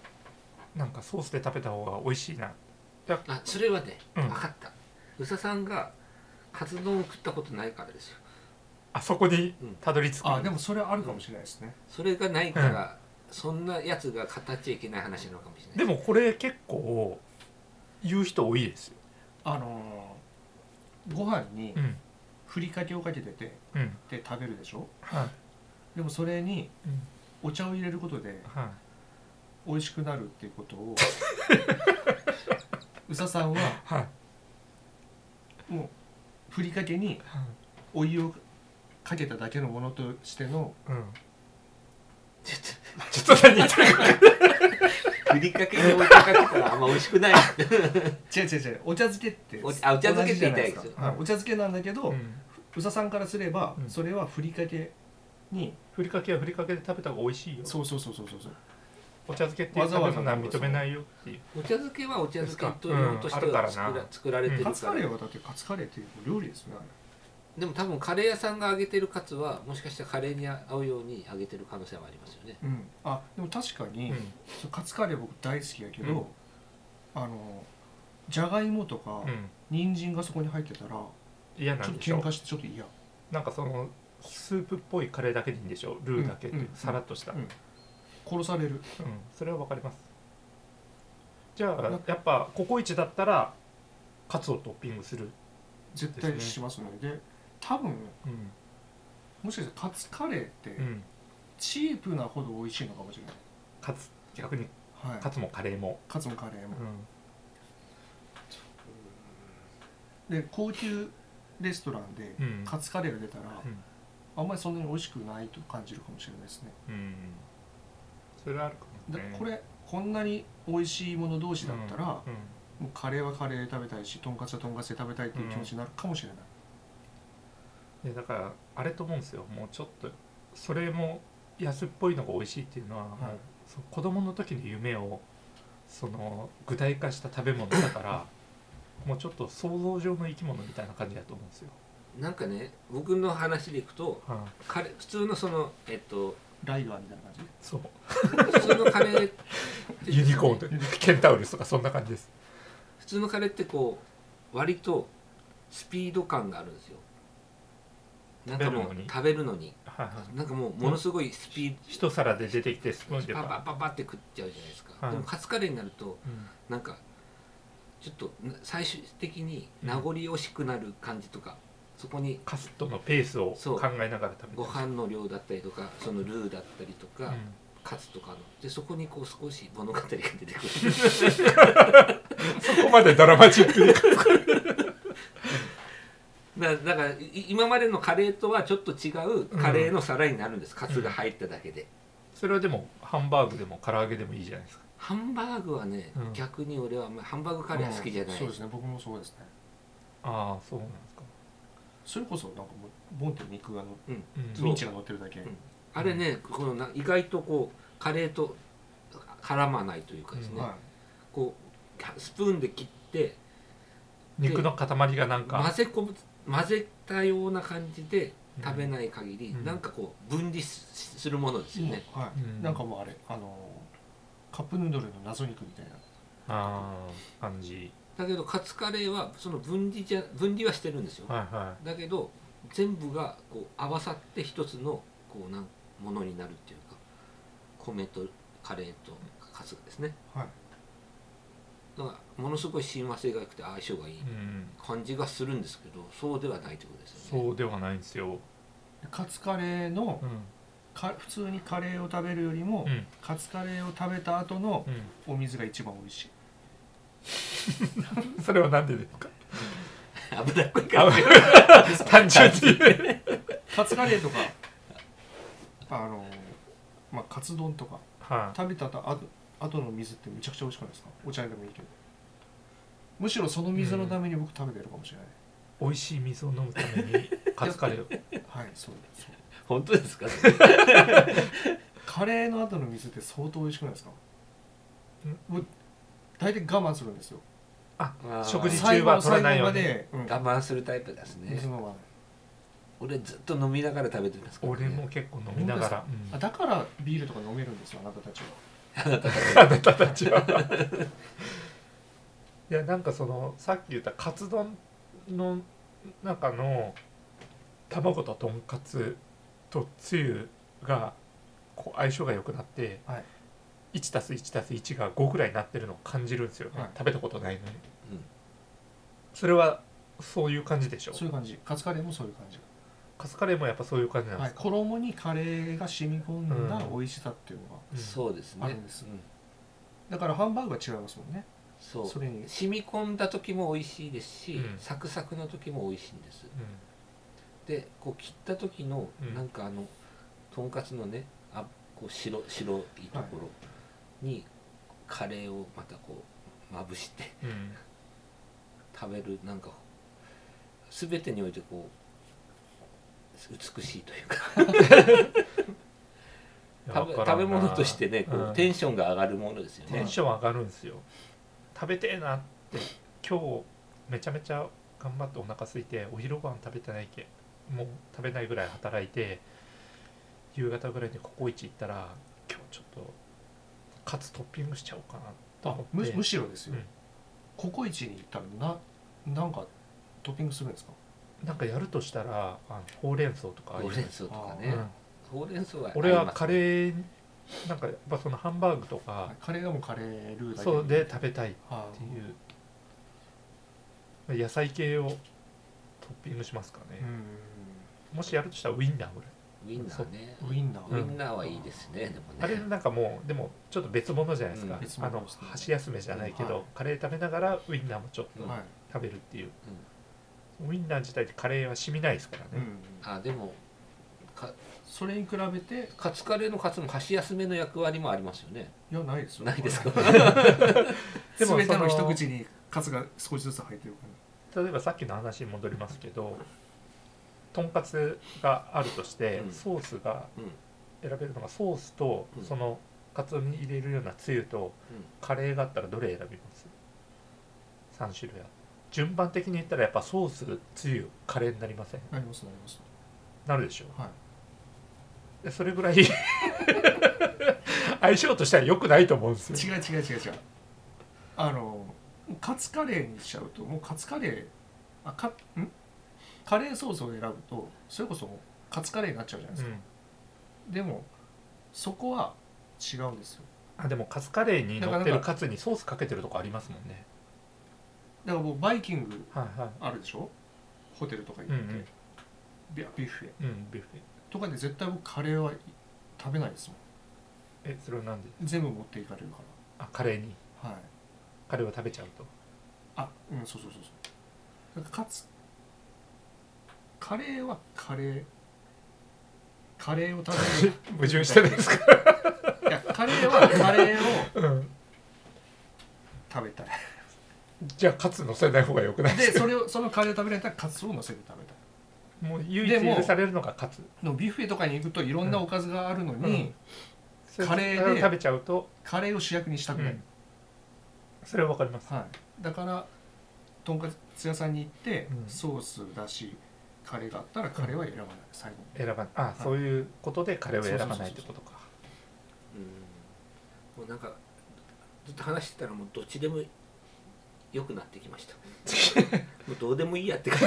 Speaker 3: なんかソースで食べた方が美味しいな
Speaker 4: あそれはね、
Speaker 3: うん
Speaker 4: 分かった宇佐さんがカツ丼を食ったことないからですよ
Speaker 3: あそこに
Speaker 4: うん
Speaker 3: たどり着く、
Speaker 5: あでもそれはあるかもしれないですね、
Speaker 4: それがないから、そんなやつが語っちゃいけない話なのかもしれ
Speaker 3: で
Speaker 4: ない
Speaker 3: もこれ結構言う人多いですよ、
Speaker 5: あのーご飯に
Speaker 3: うん
Speaker 5: ふりかけをかけてて
Speaker 3: うん
Speaker 5: で食べるでしょ
Speaker 3: はい
Speaker 5: でもそれに
Speaker 3: うん
Speaker 5: お茶を入れることで
Speaker 3: はい
Speaker 5: 美味しくなるっていうこ とを宇佐さんは
Speaker 3: はい
Speaker 5: もうふりかけに
Speaker 3: はい
Speaker 5: お湯をかけただけのものとしての
Speaker 3: うん
Speaker 4: ち
Speaker 3: ちょっと何言ってるか
Speaker 4: ょっとふりかけにお湯かけたらあんま美味しくないって
Speaker 5: 違う違う違うお茶漬けって
Speaker 4: おあお茶漬けって言いたいですよ
Speaker 5: 同じじゃなかはいお茶漬けなんだけど、宇佐さんからすれば、
Speaker 3: うん
Speaker 5: それはふりかけに
Speaker 3: ふりかけはふりかけで食べた方が美味しいよ
Speaker 5: そうそうそうそうそうそう
Speaker 3: お茶漬けっていう食べ物は認めないよっていう
Speaker 4: お茶漬けはお茶漬けと
Speaker 3: うん
Speaker 4: 用としては作
Speaker 3: あるから
Speaker 4: ら
Speaker 3: な
Speaker 4: 作られてるか
Speaker 5: カ
Speaker 4: ら
Speaker 5: ツカレーはだってカツカレーっていう料理ですねあれ
Speaker 4: でも多分カレー屋さんが揚げてるカツはもしかしたらカレーに合うように揚げてる可能性はありますよね
Speaker 5: うん、あでも確かに、
Speaker 3: うん
Speaker 5: そうカツカレー僕大好きやけど、
Speaker 3: うん
Speaker 5: あのじゃがいもとか、
Speaker 3: うん
Speaker 5: 人参がそこに入ってたらちょ
Speaker 3: 嫌
Speaker 5: っ
Speaker 3: な
Speaker 5: と
Speaker 3: んでし
Speaker 5: 喧
Speaker 3: ょ
Speaker 5: 嘩してちょっと嫌、
Speaker 3: なんかそのスープっぽいカレーだけでいいんでしょルーだけって
Speaker 5: うんうん
Speaker 3: さらっとした
Speaker 5: うん、殺される
Speaker 3: うんそれはわかりますじゃあやっぱココイチだったらカツをトッピングする
Speaker 5: 絶
Speaker 3: で
Speaker 5: 対
Speaker 3: すね
Speaker 5: しますので多分
Speaker 3: うん
Speaker 5: もしかしたらカツカレーって
Speaker 3: うん
Speaker 5: チープなほど美味しいのかもしれな
Speaker 3: カツ逆に
Speaker 5: い、はい、
Speaker 3: カツもカレーも
Speaker 5: カツもカレー
Speaker 3: う
Speaker 5: も、
Speaker 3: ん
Speaker 5: で高級レストランで
Speaker 3: うん
Speaker 5: カツカレーが出たら、
Speaker 3: うん
Speaker 5: あんまりそんなに美味しくないと感じるかもしれないですね
Speaker 3: うんそれはあるかも
Speaker 5: だ
Speaker 3: ね
Speaker 5: これこんなに美味しいもの同士だったら、
Speaker 3: うん
Speaker 5: もうカレーはカレーで食べたいしとんかつはとんかつで食べたいっていう気持ちになるかもしれない、
Speaker 3: でだからあれと思うんですよもうちょっとそれも安っぽいのが美味しいっていうのは、
Speaker 5: はい
Speaker 3: もうその子供の時の夢をその具体化した食べ物だから もうちょっと想像上の生き物みたいな感じだと思うんですよ。
Speaker 4: なんかね僕の話でいくと
Speaker 3: は
Speaker 4: カレー普通のそのえっと
Speaker 5: ライガーみたいな感じで
Speaker 3: そう
Speaker 4: 普通のカレーって
Speaker 3: ユニコーンとケンタウルスとかそんな感じです。
Speaker 4: 普通のカレーってこう割とスピード感があるんですよなんかもう
Speaker 3: 食べるのに
Speaker 4: 食べるのに
Speaker 3: はいはい、
Speaker 4: なんかもうものすごいスピ
Speaker 3: 一皿で出てきてスプーン
Speaker 4: ー
Speaker 3: で
Speaker 4: ドパパ
Speaker 3: パ
Speaker 4: パパって食っちゃうじゃないですか、
Speaker 3: はい
Speaker 4: でもカツカレーになると
Speaker 3: うん
Speaker 4: なんかちょっとな最終的に名残惜しくなる感じとか、そこに
Speaker 3: カスとのペースを
Speaker 4: そう
Speaker 3: 考えながら食べて
Speaker 4: ご飯の量だったりとかそのルーだったりとか、
Speaker 3: うん
Speaker 4: カツとかのでそこにこう少し物語が出てくる
Speaker 3: そこまでドラマチックに
Speaker 4: だだからいい今までのカレーとはちょっと違うカレーの皿になるんです、カツが入っただけで、
Speaker 3: それはでもハンバーグでも唐揚げでもいいじゃないですか。
Speaker 4: ハンバーグはね、
Speaker 3: うん
Speaker 4: 逆に俺はあんまりハンバーグカレー好きじゃない、
Speaker 5: そうですね僕もそうですね
Speaker 3: ああそうなんですか。
Speaker 5: それこそなんかもうボンって肉がの
Speaker 3: うん
Speaker 4: そう
Speaker 5: ミンチが乗ってるだけ、
Speaker 4: んあれねこのな意外とこうカレーと絡まないというかですね、
Speaker 3: うん
Speaker 5: は
Speaker 4: こうスプーンで切って
Speaker 3: 肉の塊がなん
Speaker 4: 混
Speaker 3: か、
Speaker 4: ぜこぶ混ぜたような感じで食べない限り、
Speaker 3: うん
Speaker 4: なんかこう分離すするものです
Speaker 5: い、
Speaker 4: よね、
Speaker 5: もうはい
Speaker 3: うん
Speaker 5: なんかもうあれあのーカップヌードルの謎肉みたいな
Speaker 3: あー感じ
Speaker 4: だけどカツカレーはその分離じゃ分離はしてるんですよ、
Speaker 3: はいは
Speaker 4: だけど全部がこう合わさって一つのこうなんものになるっていうか米とカレーとカツですね
Speaker 5: はい
Speaker 4: だからものすごい親和性が良くて相性がいい
Speaker 3: い、うん、
Speaker 4: 感じがするんですけどそうではないということですよね
Speaker 3: そうではないんですよ
Speaker 5: カツカレーの
Speaker 3: うん
Speaker 5: か普通にカレーを食べるよりも、
Speaker 3: うん
Speaker 5: カツカレーを食べた後の
Speaker 3: う
Speaker 5: お水が一番美味しい
Speaker 3: んそれはなんでですか
Speaker 4: 油っこいから
Speaker 3: 単純に
Speaker 5: カツカレーとか あのまあカツ丼とか
Speaker 3: は
Speaker 5: 食べた後後の水ってめちゃくちゃ美味しくないですかお茶でもいいけどむしろその水のために僕食べてるかもしれない、
Speaker 3: い美味しい水を飲むためにカツカレーを
Speaker 5: はいそうそう
Speaker 4: 本当ですか
Speaker 5: カレーの後の水って相当美味しくないですかもう大体我慢するんですよ
Speaker 3: 食事
Speaker 5: 最
Speaker 3: 中
Speaker 5: 後
Speaker 3: は
Speaker 5: の
Speaker 3: 取ら
Speaker 5: 最
Speaker 3: ないよう
Speaker 5: 後ま
Speaker 3: に
Speaker 5: で、うん
Speaker 4: 我慢するタイプですね
Speaker 5: 水飲まない
Speaker 4: 俺ずっと飲みながら食べてますから、ね、
Speaker 3: 俺も結構飲みながら
Speaker 5: あだからビールとか飲めるんですよあなたたちは
Speaker 3: うんあなたたちはいやなんかそのさっき言ったカツ丼の中の卵ととんかつとつゆがこう相性が良くなって、
Speaker 5: はい
Speaker 3: 1+1+1 が5ぐらいになってるのを感じるんですよね、
Speaker 5: はい
Speaker 3: 食べたことないのに
Speaker 4: うん
Speaker 3: それはそういう感じでしょ
Speaker 5: そういう感じカツカレーもそういう感じ
Speaker 3: カツカレーもやっぱそういう感じなんで
Speaker 5: は
Speaker 3: す
Speaker 5: い
Speaker 3: か、、
Speaker 5: 衣にカレーが染み込んだ
Speaker 3: うん
Speaker 5: 美味しさっていうのが、
Speaker 3: うん
Speaker 4: そうです
Speaker 5: あ
Speaker 4: ね
Speaker 5: るんです
Speaker 4: うん
Speaker 5: だからハンバーグは違いますもんね
Speaker 4: そう
Speaker 5: それに
Speaker 4: 染み込んだ時も美味しいですし、
Speaker 3: うん
Speaker 4: サクサクの時も美味しいんです
Speaker 3: うん
Speaker 4: でこう切った時の、
Speaker 3: うん
Speaker 4: なんかあのとんかつのねあこう白白いところにカレーをまたこうまぶして
Speaker 3: うん
Speaker 4: 食べるなんか全てにおいてこう美しいというか食べ
Speaker 3: わから
Speaker 4: 食
Speaker 3: ん
Speaker 4: べ
Speaker 3: な
Speaker 4: 物としてねこう、
Speaker 3: うん
Speaker 4: テンションが上がるものですよ
Speaker 3: テ
Speaker 4: ね
Speaker 3: ンション上がるんですよ食べてえなって今日めちゃめちゃ頑張ってお腹空いてお昼ご飯食べてないけもう食べないぐらい働いて夕方ぐらいにココイチ行ったら今日ちょっとカツトッピングしちゃおうかなと
Speaker 5: あ
Speaker 3: 思っ
Speaker 5: む
Speaker 3: て
Speaker 5: むしろですよ、
Speaker 3: うん
Speaker 5: ココイチに行ったらななんかトッピングするんですか
Speaker 3: なんかやるとしたらあのほうれん草とかああいう
Speaker 4: ほうれん草とかね、
Speaker 3: うん
Speaker 4: ほうれん草は
Speaker 3: 俺
Speaker 4: 合い
Speaker 3: は
Speaker 4: ます
Speaker 3: カ
Speaker 4: ね
Speaker 3: レーなんかやっぱそのハンバーグとか
Speaker 5: カレーがもうカレールーだけ
Speaker 3: そうで食べたいっ
Speaker 5: あ
Speaker 3: ていう野菜系をトッピングしますかね、
Speaker 5: う
Speaker 3: もしやるとしたらウインナーぐらい
Speaker 4: ウインナーね
Speaker 5: んウインナー、
Speaker 4: ウインナーはいいですね、でもね
Speaker 3: あれなんかもうでもちょっと別物じゃないですか、
Speaker 4: うん
Speaker 5: 別
Speaker 3: あ
Speaker 5: 物
Speaker 3: の
Speaker 5: ですね
Speaker 3: 箸休めじゃないけど、
Speaker 5: はい
Speaker 3: カレー食べながらウインナーもちょっと
Speaker 4: うん
Speaker 5: はい、
Speaker 3: 食べるっていう、ウインナー自体でカレーは染みないですからね、
Speaker 5: うん、
Speaker 4: あでもか
Speaker 5: それに比べて
Speaker 4: カツカレーのカツも箸休めの役割もありますよね
Speaker 5: いやないですよ
Speaker 4: ないですか
Speaker 3: でも
Speaker 5: 全ての
Speaker 3: そ
Speaker 5: 一
Speaker 3: の
Speaker 5: 口にカツが少しずつ入ってるから
Speaker 3: 例えばさっきの話に戻りますけどとんかつがあるとして、
Speaker 4: うん
Speaker 3: ソースが
Speaker 4: うん
Speaker 3: 選べるのがソースと、
Speaker 4: うん
Speaker 3: そのカツに入れるようなつゆと
Speaker 4: うん
Speaker 3: カレーがあったらどれ選びます3種類ある順番的に言ったらやっぱソースつゆカレーになりません
Speaker 5: なりますなります
Speaker 3: なるでしょ
Speaker 5: はい
Speaker 3: でそれぐらい 相性としては良くないと思うんですよ
Speaker 5: 違う違う違う違うあのカツカレーにしちゃうともうカツカレーあかんカレーソースを選ぶとそれこそカツカレーになっちゃうじゃないですか、でもそこは違うんですよ
Speaker 3: あでもカツカレーに乗
Speaker 5: な
Speaker 3: っ
Speaker 5: か
Speaker 3: て
Speaker 5: な
Speaker 3: る
Speaker 5: か
Speaker 3: カツにソースかけてるとこありますもんね
Speaker 5: だから僕バイキング
Speaker 3: はいはい
Speaker 5: あるでしょホテルとか行っ
Speaker 3: うん
Speaker 5: て、
Speaker 3: うん
Speaker 5: ビビュッフェ
Speaker 3: うんビュッフェ
Speaker 5: とかで絶対僕カレーはい食べないですも
Speaker 3: えそれはなんで
Speaker 5: ん全部持っていかれるか
Speaker 3: あカレーに
Speaker 5: らはい
Speaker 3: カレーを食べちゃうと
Speaker 5: あうんそうそうそうそうだからかつカレーはカレーカレーを食 べる
Speaker 3: 矛盾してないですか、
Speaker 5: いやカレーはカレーを
Speaker 3: うん、
Speaker 5: 食べたい
Speaker 3: じゃあカツ乗せない方が良くないで
Speaker 5: です
Speaker 3: か
Speaker 5: それをそのカレーを食べられたらカツを乗せて食べたい
Speaker 3: もう唯一許されるのがカツ
Speaker 5: でもビュッフェとかに行くといろんなおかずがあるのに、
Speaker 3: うんそれ
Speaker 5: カレーで
Speaker 3: それを食べちゃうと、
Speaker 5: カレーを主役にしたくない、
Speaker 3: うんそれはわかります
Speaker 5: はい、だからとんかつ屋さんに行って、
Speaker 3: うん
Speaker 5: ソースだしカレーがあったらカレーは選ばない最後
Speaker 3: 選ばあ、
Speaker 5: い
Speaker 3: そういうことでカレーを選ばないってことか
Speaker 4: うんもうなんかずっと話してたらもうどっちでも良くなってきましたもうどうでもいいやって感じ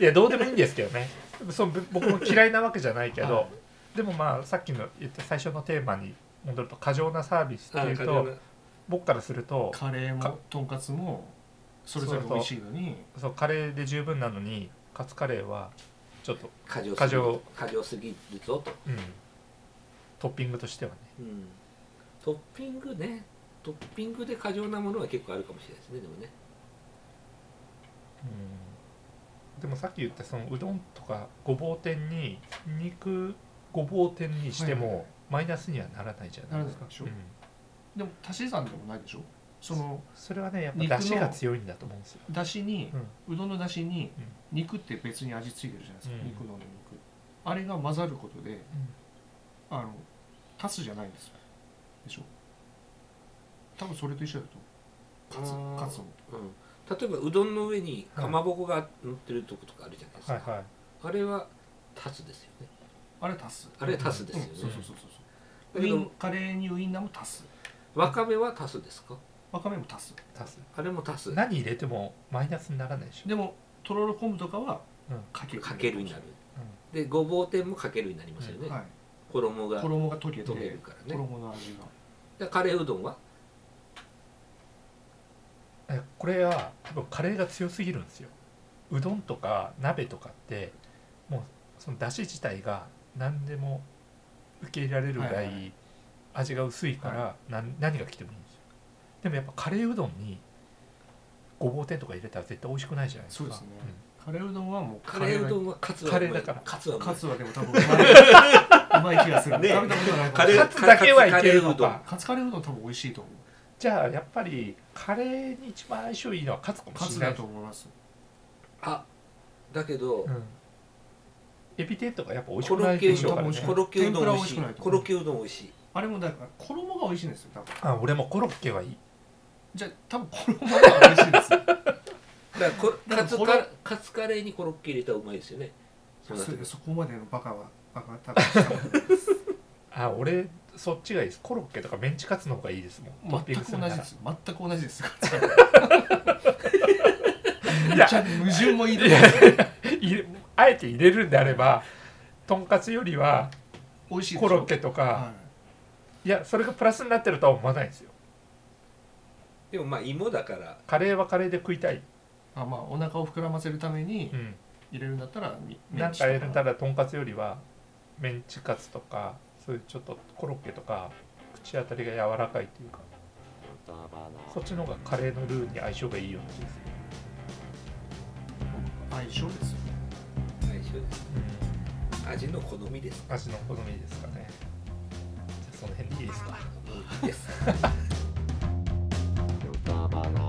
Speaker 3: いやどうでもいいんですけどねそうぶ僕も嫌いなわけじゃないけど、
Speaker 5: はい
Speaker 3: でもまあさっきの言った最初のテーマに戻ると過剰なサービスっていうと僕からすると
Speaker 5: カレー
Speaker 3: か
Speaker 5: もとんかつもそれぞれ美味しいのに
Speaker 3: そうカレーで十分なのにカツカレーはちょっと、
Speaker 4: 過剰
Speaker 3: 過剰
Speaker 4: 過剰すぎるぞと、
Speaker 3: うん、トッピングとしてはね
Speaker 4: うん、トッピングねトッピングで過剰なものは結構あるかもしれないですねでもね
Speaker 3: でもさっき言ったそのうどんとかごぼう天に肉ごぼう天にして
Speaker 5: はいはいは
Speaker 3: も
Speaker 5: い
Speaker 3: マイナスにはならないじゃない
Speaker 5: なるんですかでしょ、
Speaker 3: うん、
Speaker 5: でも足し算でもないでしょその
Speaker 3: それはねやっ
Speaker 5: 肉
Speaker 3: ぱ
Speaker 5: の
Speaker 3: 出汁が強いんだと思うんですよ、
Speaker 5: だしに、
Speaker 3: うん
Speaker 5: うどんのだしに
Speaker 3: うん
Speaker 5: 肉って別に味付いてるじゃないですか、
Speaker 3: うん
Speaker 5: 肉の肉あれが混ざることであの足すじゃないんですよでしょ多分それと一緒だと
Speaker 4: あー
Speaker 5: 思うカツカツも
Speaker 4: うん、例えばうどんの上にかまぼこが乗ってるとことかあるじゃないですか、
Speaker 3: はいはい
Speaker 4: あれは足すですよね
Speaker 5: あれ足す
Speaker 4: あれは足すですよね
Speaker 5: うん、そうそうそう
Speaker 4: だ
Speaker 5: そうウ
Speaker 4: け
Speaker 5: イン
Speaker 4: ど
Speaker 5: カレーにウインナーも足す
Speaker 4: わかめは足すですか
Speaker 5: わかめも足す
Speaker 3: 足す
Speaker 4: あれも足す
Speaker 3: 何入れてもマイナスにならないでしょ、
Speaker 5: でもとろろ昆布とかは
Speaker 3: うん
Speaker 5: かける
Speaker 4: かけるになる
Speaker 3: う
Speaker 4: でごぼう天もかけるになりますよね、
Speaker 5: はい、
Speaker 4: 衣が
Speaker 5: 衣が溶けて
Speaker 4: 溶けるからね
Speaker 5: 衣の味が
Speaker 4: でカレーうどんは
Speaker 3: んえこれは多分カレーが強すぎるんですようどんとか鍋とかってもうその出汁自体が何でも受け入れられるぐ
Speaker 5: は
Speaker 3: ら
Speaker 5: いはいはい
Speaker 3: 味が薄いから何,、何が来てもいいんですよでもやっぱカレーうどんにごぼう天とか入れたら絶対美味しくないじゃないですか
Speaker 5: そうですねカレーうどんはもう
Speaker 4: カレーうど
Speaker 5: ん
Speaker 4: んはカツはうまい
Speaker 3: カレーだから
Speaker 4: カツはうまい
Speaker 5: カツはでも多分う まいうまい気がする、
Speaker 4: ね
Speaker 5: 食べたことない
Speaker 4: カレー
Speaker 3: カツだけはいけるの
Speaker 4: カツカレーうど
Speaker 3: か
Speaker 4: ん
Speaker 5: カツカレーうどん多分美味しいと思う
Speaker 3: じゃあやっぱりカレーに一番相性いいのはカツかも
Speaker 5: カ
Speaker 3: し
Speaker 5: ツ
Speaker 3: れな
Speaker 5: だ
Speaker 3: い
Speaker 5: と思います
Speaker 4: あだけど、
Speaker 3: うんエビ天とかやっぱ美味し
Speaker 4: コ
Speaker 3: く
Speaker 4: ロ
Speaker 3: ない
Speaker 4: ッケ
Speaker 3: で
Speaker 4: う
Speaker 3: しょ
Speaker 5: 多
Speaker 3: う
Speaker 4: ど
Speaker 3: か
Speaker 5: 分
Speaker 3: ら
Speaker 5: 美
Speaker 4: ん
Speaker 5: 味しくない
Speaker 4: コ
Speaker 3: ね
Speaker 4: ロッケうどん美味しいコロッケうどん美味しい
Speaker 5: 天ぷら美味しくないとあれもだから衣が美味しいんですよ多分
Speaker 3: あ俺もコロッケはいい
Speaker 5: じゃあ多分衣が美味しいです
Speaker 4: だからこ
Speaker 5: でも
Speaker 4: カツ
Speaker 5: こ
Speaker 4: カ
Speaker 5: れ
Speaker 4: カツカレーにコロッケ入れたらうまいですよねそうなってく
Speaker 5: そ
Speaker 4: る
Speaker 5: そこまでのバカはバカは多分したことないです
Speaker 3: あ俺そっちがいいですコロッケとかメンチカツの方がいいですもんトッピン
Speaker 5: 全
Speaker 3: グす
Speaker 5: く
Speaker 3: るなら
Speaker 5: 同じです全く同じですカツカレー
Speaker 3: いや
Speaker 5: ちゃんと矛盾もいいとこ
Speaker 3: 入れあえて入れるんであればとんかつよりは
Speaker 5: 美味しいでし
Speaker 3: コ
Speaker 5: ょ
Speaker 3: ロッケとか
Speaker 5: はい
Speaker 3: やそれがプラスになってるとは思わないですよ
Speaker 4: でもまあ芋だから
Speaker 3: カレーはカレーで食いたい、
Speaker 5: いあまあお腹を膨らませるために
Speaker 3: うん、
Speaker 5: 入れるんだったらみメ
Speaker 3: な
Speaker 5: ン
Speaker 3: ん
Speaker 5: チ
Speaker 3: か入れた
Speaker 5: ら
Speaker 3: らとんかつよりはメンチカツとかそういうちょっとコロッケとか口当たりが柔らかいというかそっちの方がカレーのルーに相性がいいような気がする
Speaker 5: 相性ですよね
Speaker 4: 相性です味の好みです
Speaker 3: 味の好みですかねじゃあその辺でいいですか
Speaker 4: いいです
Speaker 1: バナナ